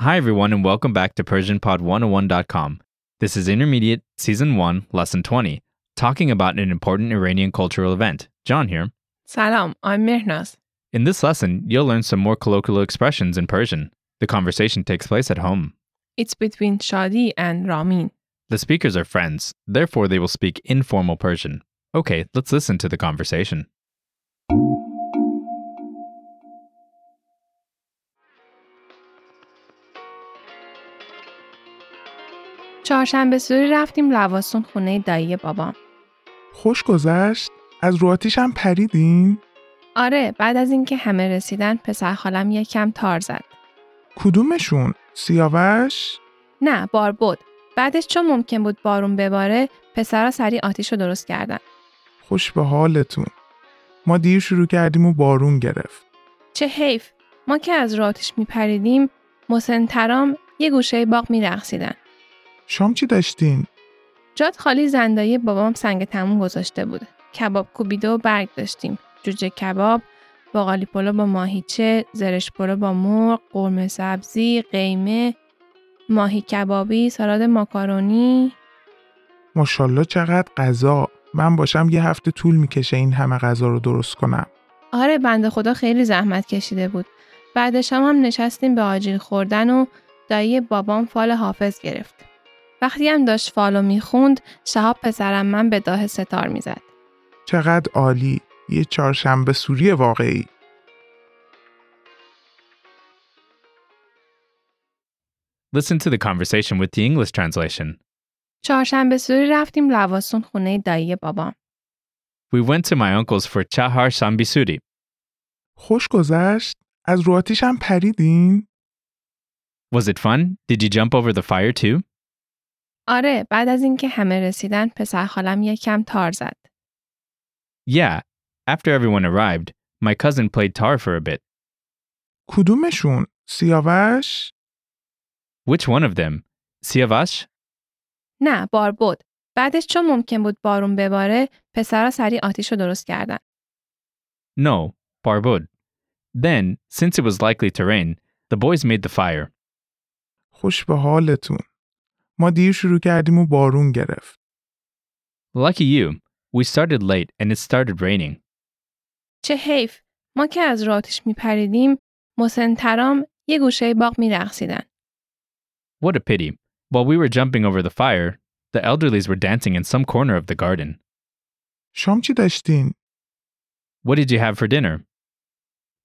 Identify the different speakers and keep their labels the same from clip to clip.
Speaker 1: Hi, everyone, and welcome back to PersianPod101.com. This is Intermediate, Season 1, Lesson 20, talking about an important Iranian cultural event. John here.
Speaker 2: سلام I'm Mehnaz.
Speaker 1: In this lesson, you'll learn some more colloquial expressions in Persian. The conversation takes place at home.
Speaker 2: It's between Shadi and Ramin.
Speaker 1: The speakers are friends, therefore, they will speak informal Persian. Okay, let's listen to the conversation.
Speaker 2: چهارشنبه سوری رفتیم لواسون خونه دایی بابام.
Speaker 3: خوش گذشت از رو آتیش هم پریدین
Speaker 2: آره بعد از اینکه همه رسیدن پسر خالم یکم تار زد.
Speaker 3: کدومشون سیاوش
Speaker 2: نه بار بود. بعدش چون ممکن بود بارون بباره پسرا سریع آتیش رو درست کردن.
Speaker 3: خوش به حالتون ما دیر شروع کردیم و بارون گرفت
Speaker 2: چه حیف ما که از رو آتیش میپریدیم مسنترام یه گوشه باغ میرقصیدن.
Speaker 3: شام چی داشتین
Speaker 2: جاد خالی زندایی بابام سنگ تموم گذاشته بود. کباب کوبیده و برگ داشتیم. جوجه کباب، باقالی پلو با ماهیچه، زرش پلو با مرغ، قرمه سبزی، قیمه، ماهی کبابی، سالاد ماکارونی.
Speaker 3: ماشاءالله چقدر غذا من باشم یه هفته طول میکشه این همه غذا رو درست کنم
Speaker 2: آره بنده خدا خیلی زحمت کشیده بود. بعد شام هم نشستیم به آجیل خوردن و دایی بابام فال حافظ گرفت. وقتی هم داشت فالو میخوند شهاب پسرم من به داه ستار میزد.
Speaker 3: چقدر عالی یه چهارشنبه سوری واقعی
Speaker 1: Listen to the conversation with the English translation.
Speaker 2: چهارشنبه سوری رفتیم لواسون خونه دایی بابام.
Speaker 1: We went to my uncle's for Chahar Sambisuri.
Speaker 3: خوش گذشت از رو آتیش هم پریدین
Speaker 1: Was it fun? Did you jump over the fire too?
Speaker 2: آره بعد از اینکه همه رسیدن پسر خالم یکم تار زد.
Speaker 1: Yeah. After everyone arrived, my cousin played tar for a bit.
Speaker 3: کدومشون سیاوش
Speaker 1: Which one of them? Siavash?
Speaker 2: نه بار بود. بعدش چون ممکن بود بارون بباره پسرا سریع آتیش رو درست کردن.
Speaker 1: No, Barbud. Then, since it was likely to rain, the boys made the fire.
Speaker 3: خوش به حالتون ما دیر شروع کردیم و بارون گرفت
Speaker 1: Lucky you, we started late and it started raining.
Speaker 2: چه حیف ما که از رو آتیش میپریدیم مسنترام یه گوشه باغ میرقصیدن.
Speaker 1: What a pity. While we were jumping over the fire, the elderlies were dancing in some corner of the garden.
Speaker 3: شام چی داشتین
Speaker 1: What did you have for dinner?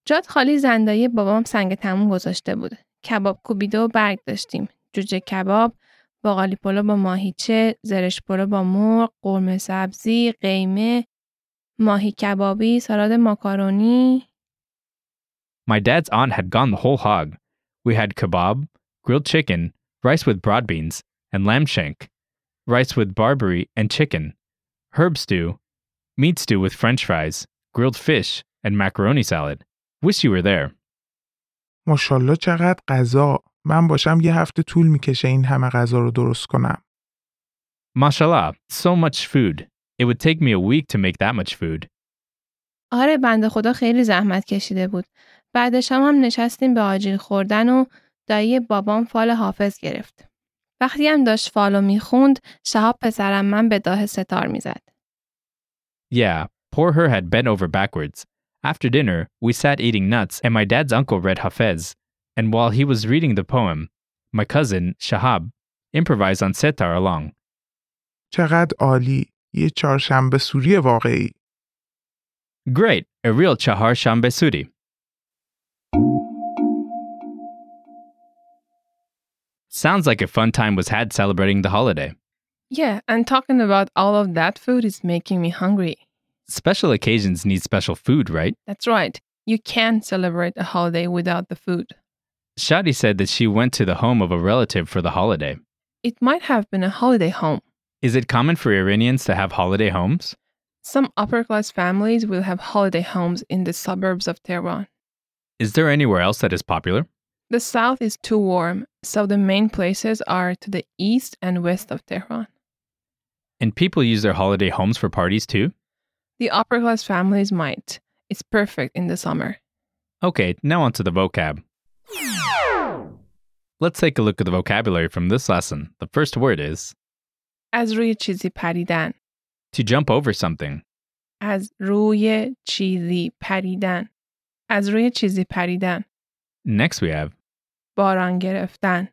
Speaker 2: جاد خالی زندایی بابام سنگ تموم گذاشته بود. کباب کوبیده و برگ داشتیم. جوجه کباب، باقالی پلو با ماهیچه، زرش پلو با مرغ، قرمه سبزی، قیمه، ماهی کبابی، سالاد ماکارونی.
Speaker 1: My dad's aunt had gone the whole hog. We had kebab, grilled chicken, rice with broad beans, and lamb shank, rice with barberry and chicken, herb stew, meat stew with french fries, grilled fish, and macaroni salad. Wish you were there.
Speaker 3: ماشاءالله چقدر غذا من باشم یه هفته طول میکشه این همه غذا رو درست کنم
Speaker 1: Mashallah, so much food. It would take me a week to make that much food.
Speaker 2: آره بنده خدا خیلی زحمت کشیده بود. بعدش هم, هم نشستیم به آجیل خوردن و دایی بابام فال حافظ گرفت. وقتی هم داشت فالو میخوند شهاب پسرم من به داه ستار میزد.
Speaker 1: Yeah, poor her had bent over backwards. After dinner, we sat eating nuts, and my dad's uncle read Hafez. And while he was reading the poem, my cousin, Shahab, improvised on setar along.
Speaker 3: چقدر عالی یه چهارشنبه سوری واقعی
Speaker 1: Great, a real Chahar Shambesuri. Sounds like a fun time was had celebrating the holiday.
Speaker 2: Yeah, and talking about all of that food is making me hungry.
Speaker 1: Special occasions need special food, right?
Speaker 2: That's right. You can't celebrate a holiday without the food.
Speaker 1: Shadi said that she went to the home of a relative for the holiday.
Speaker 2: It might have been a holiday home.
Speaker 1: Is it common for Iranians to have holiday homes?
Speaker 2: Some upper class families will have holiday homes in the suburbs of Tehran.
Speaker 1: Is there anywhere else that is popular?
Speaker 2: The south is too warm, so the main places are to the east and west of Tehran.
Speaker 1: And people use their holiday homes for parties too?
Speaker 2: The upper class families might. It's perfect in the summer.
Speaker 1: Okay, now onto the vocab. Let's take a look at the vocabulary from this lesson. The first word is
Speaker 2: از روی چیزی پریدن
Speaker 1: to jump over something.
Speaker 2: از روی چیزی پریدن از روی چیزی پریدن
Speaker 1: Next, we have
Speaker 2: باران گرفتن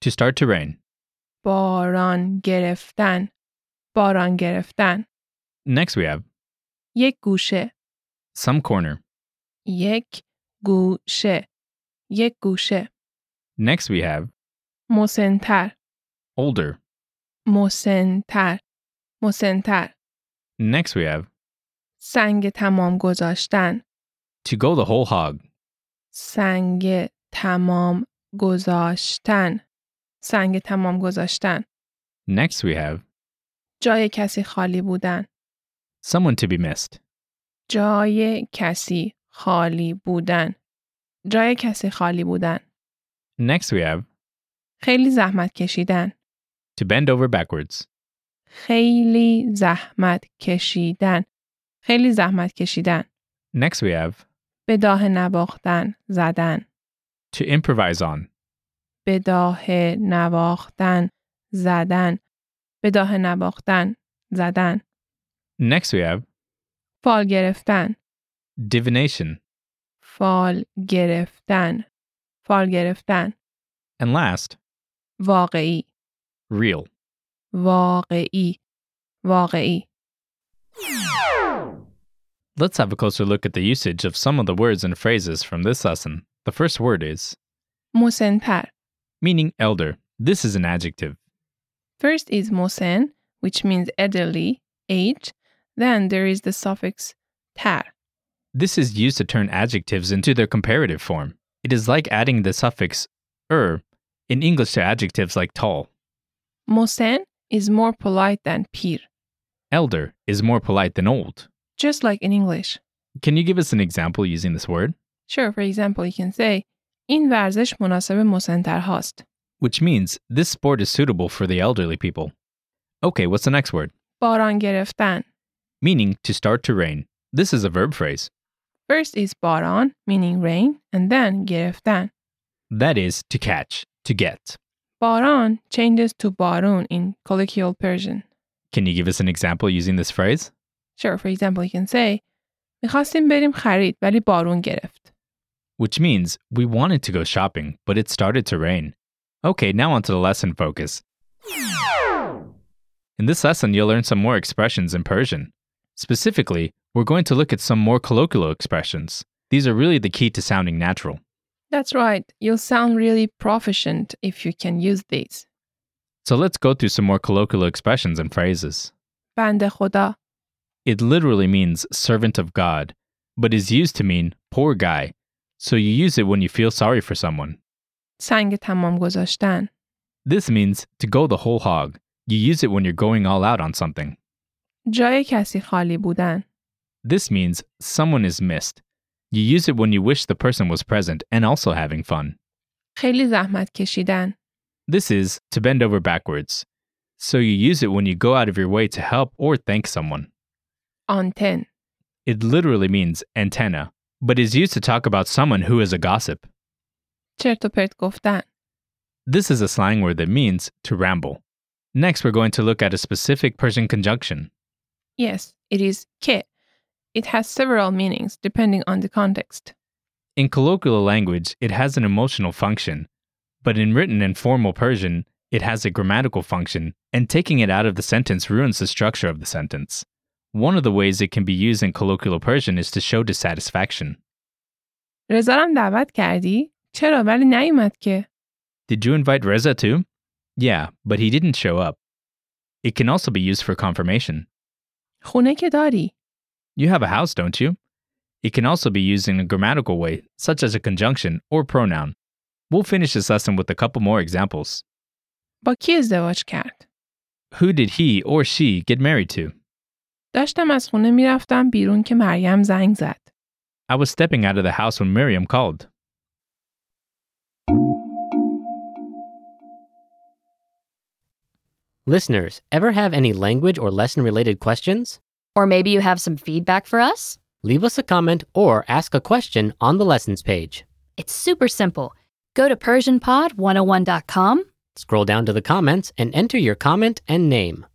Speaker 1: to start to rain.
Speaker 2: باران گرفتن باران گرفتن
Speaker 1: Next, we have
Speaker 2: یک گوشه
Speaker 1: some corner.
Speaker 2: یک گوشه یک گوشه
Speaker 1: Next, we have
Speaker 2: مسنتر
Speaker 1: older.
Speaker 2: مسنتر مسنتر
Speaker 1: Next, we have
Speaker 2: سنگ تمام گذاشتن
Speaker 1: to go the whole hog.
Speaker 2: سنگ تمام گذاشتن سنگ تمام گذاشتن
Speaker 1: Next, we have
Speaker 2: جای کسی خالی بودن
Speaker 1: someone to be missed.
Speaker 2: جای کسی خالی بودن جای کسی خالی بودن
Speaker 1: Next, we have
Speaker 2: خیلی زحمت کشیدن
Speaker 1: to bend over backwards.
Speaker 2: خیلی زحمت کشیدن خیلی زحمت کشیدن
Speaker 1: Next, we have
Speaker 2: به داه نواختن زدن
Speaker 1: to improvise on.
Speaker 2: به داه نواختن زدن به داه نواختن زدن
Speaker 1: Next, we have
Speaker 2: فال گرفتن
Speaker 1: divination.
Speaker 2: فال گرفتن فال گرفتن
Speaker 1: And last,
Speaker 2: واقعی
Speaker 1: real.
Speaker 2: واقعی واقعی
Speaker 1: Let's have a closer look at the usage of some of the words and phrases from this lesson. The first word is
Speaker 2: مسنتر
Speaker 1: meaning elder. This is an adjective.
Speaker 2: First is mosen, which means elderly, age. Then there is the suffix tar.
Speaker 1: This is used to turn adjectives into their comparative form. It is like adding the suffix er in English to adjectives like tall.
Speaker 2: Mosen is more polite than pir,
Speaker 1: Elder is more polite than old.
Speaker 2: just like in English.
Speaker 1: Can you give us an example using this word?
Speaker 2: Sure, for example, you can say, این ورزش مناسب مسنتر هاست.
Speaker 1: Which means this sport is suitable for the elderly people. Okay, what's the next word?
Speaker 2: باران گرفتن.
Speaker 1: Meaning to start to rain. This is a verb phrase.
Speaker 2: First is باران, meaning rain, and then گرفتن.
Speaker 1: That is to catch, to get.
Speaker 2: باران changes to بارون in colloquial Persian.
Speaker 1: Can you give us an example using this phrase?
Speaker 2: Sure, for example, you can say, میخواستیم بریم خرید ولی بارون گرفت.
Speaker 1: Which means we wanted to go shopping, but it started to rain. Okay, now onto the lesson focus. In this lesson, you'll learn some more expressions in Persian. Specifically, we're going to look at some more colloquial expressions. These are really the key to sounding natural.
Speaker 2: That's right. You'll sound really proficient if you can use these.
Speaker 1: So let's go through some more colloquial expressions and phrases.
Speaker 2: بنده خدا،
Speaker 1: It literally means servant of God, but is used to mean poor guy, so you use it when you feel sorry for someone.
Speaker 2: سنگ تمام گذاشتن.
Speaker 1: This means to go the whole hog. You use it when you're going all out on something.
Speaker 2: جای کسی خالی بودن.
Speaker 1: This means someone is missed. You use it when you wish the person was present and also having fun.
Speaker 2: خیلی زحمت کشیدن.
Speaker 1: This is to bend over backwards. So you use it when you go out of your way to help or thank someone.
Speaker 2: آنتن.
Speaker 1: It literally means antenna, but is used to talk about someone who is a gossip.
Speaker 2: چرت و پرت گفتن.
Speaker 1: This is a slang word that means to ramble. Next, we're going to look at a specific Persian conjunction.
Speaker 2: Yes, it is که. It has several meanings depending on the context.
Speaker 1: In colloquial language, it has an emotional function, but in written and formal Persian, it has a grammatical function, and taking it out of the sentence ruins the structure of the sentence. One of the ways it can be used in colloquial Persian is to show dissatisfaction.
Speaker 2: رزارم دعوت کردی؟ چرا ولی نیومد که؟
Speaker 1: Did you invite Reza too? Yeah, but he didn't show up. It can also be used for confirmation.
Speaker 2: خونه که داری؟
Speaker 1: You have a house, don't you? It can also be used in a grammatical way, such as a conjunction or pronoun. We'll finish this lesson with a couple more examples.
Speaker 2: با کی ازدواج کرد؟
Speaker 1: Who did he or she get married to?
Speaker 2: داشتم از خونه میرفتم بیرون که مریم زنگ زد.
Speaker 1: I was stepping out of the house when Miriam called.
Speaker 4: Listeners, ever have any language or lesson related questions?
Speaker 5: Or maybe you have some feedback for us?
Speaker 4: Leave us a comment or ask a question on the lessons page.
Speaker 5: It's super simple. Go to PersianPod101.com,
Speaker 4: Scroll down to the comments and enter your comment and name.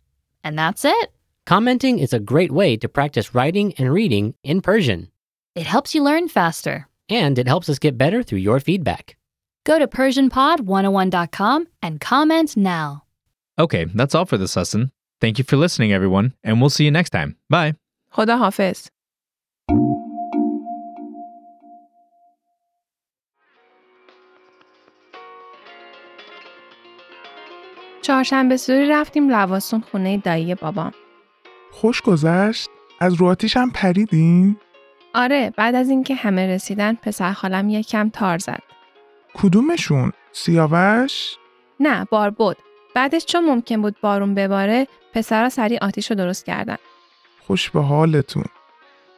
Speaker 5: and that's it.
Speaker 4: Commenting is a great way to practice writing and reading in Persian,
Speaker 5: It helps you learn faster.
Speaker 4: and it helps us get better through your feedback.
Speaker 5: Go to PersianPod101.com and comment now.
Speaker 1: Okay, that's all for this lesson. Thank you for listening, everyone, and we'll see you next time. Bye.
Speaker 2: خدا حافظ چهارشنبه سوری رفتیم لواسون خونه دایی بابام
Speaker 3: خوش گذشت از رو آتیش هم پریدین
Speaker 2: آره بعد از اینکه همه رسیدن پسر خالم یکم تار زد
Speaker 3: کدومشون سیاوش
Speaker 2: نه بار بود بعدش چون ممکن بود بارون بباره پسرا سریع آتیش رو درست کردن
Speaker 3: خوش به حالتون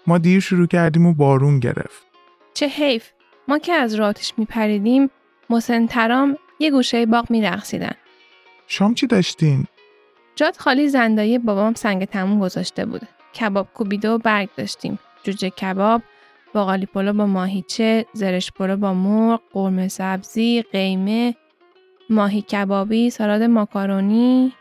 Speaker 3: ما دیر شروع کردیم و بارون گرفت
Speaker 2: چه حیف ما که از رو آتیش میپریدیم مسنترام یه گوشه باغ میرقصیدن
Speaker 3: شام چی داشتین
Speaker 2: جاد خالی زندایی بابام سنگ تموم گذاشته بود. کباب کوبیده و برگ داشتیم. جوجه کباب، باقالی پلو با ماهیچه، زرش پلو با مرغ، قرمه سبزی، قیمه، ماهی کبابی، سالاد ماکارونی.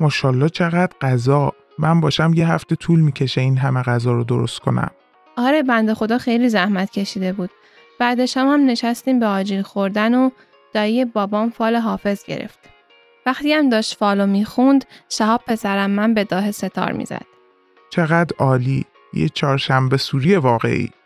Speaker 3: ماشاءالله چقدر غذا من باشم یه هفته طول میکشه این همه غذا رو درست کنم
Speaker 2: آره بنده خدا خیلی زحمت کشیده بود. بعد شام هم نشستیم به آجیل خوردن و دایی بابام فال حافظ گرفت. وقتی هم داشت فالو میخوند شهاب پسرم من به داه ستار میزد.
Speaker 3: چقدر عالی یه چهارشنبه سوری واقعی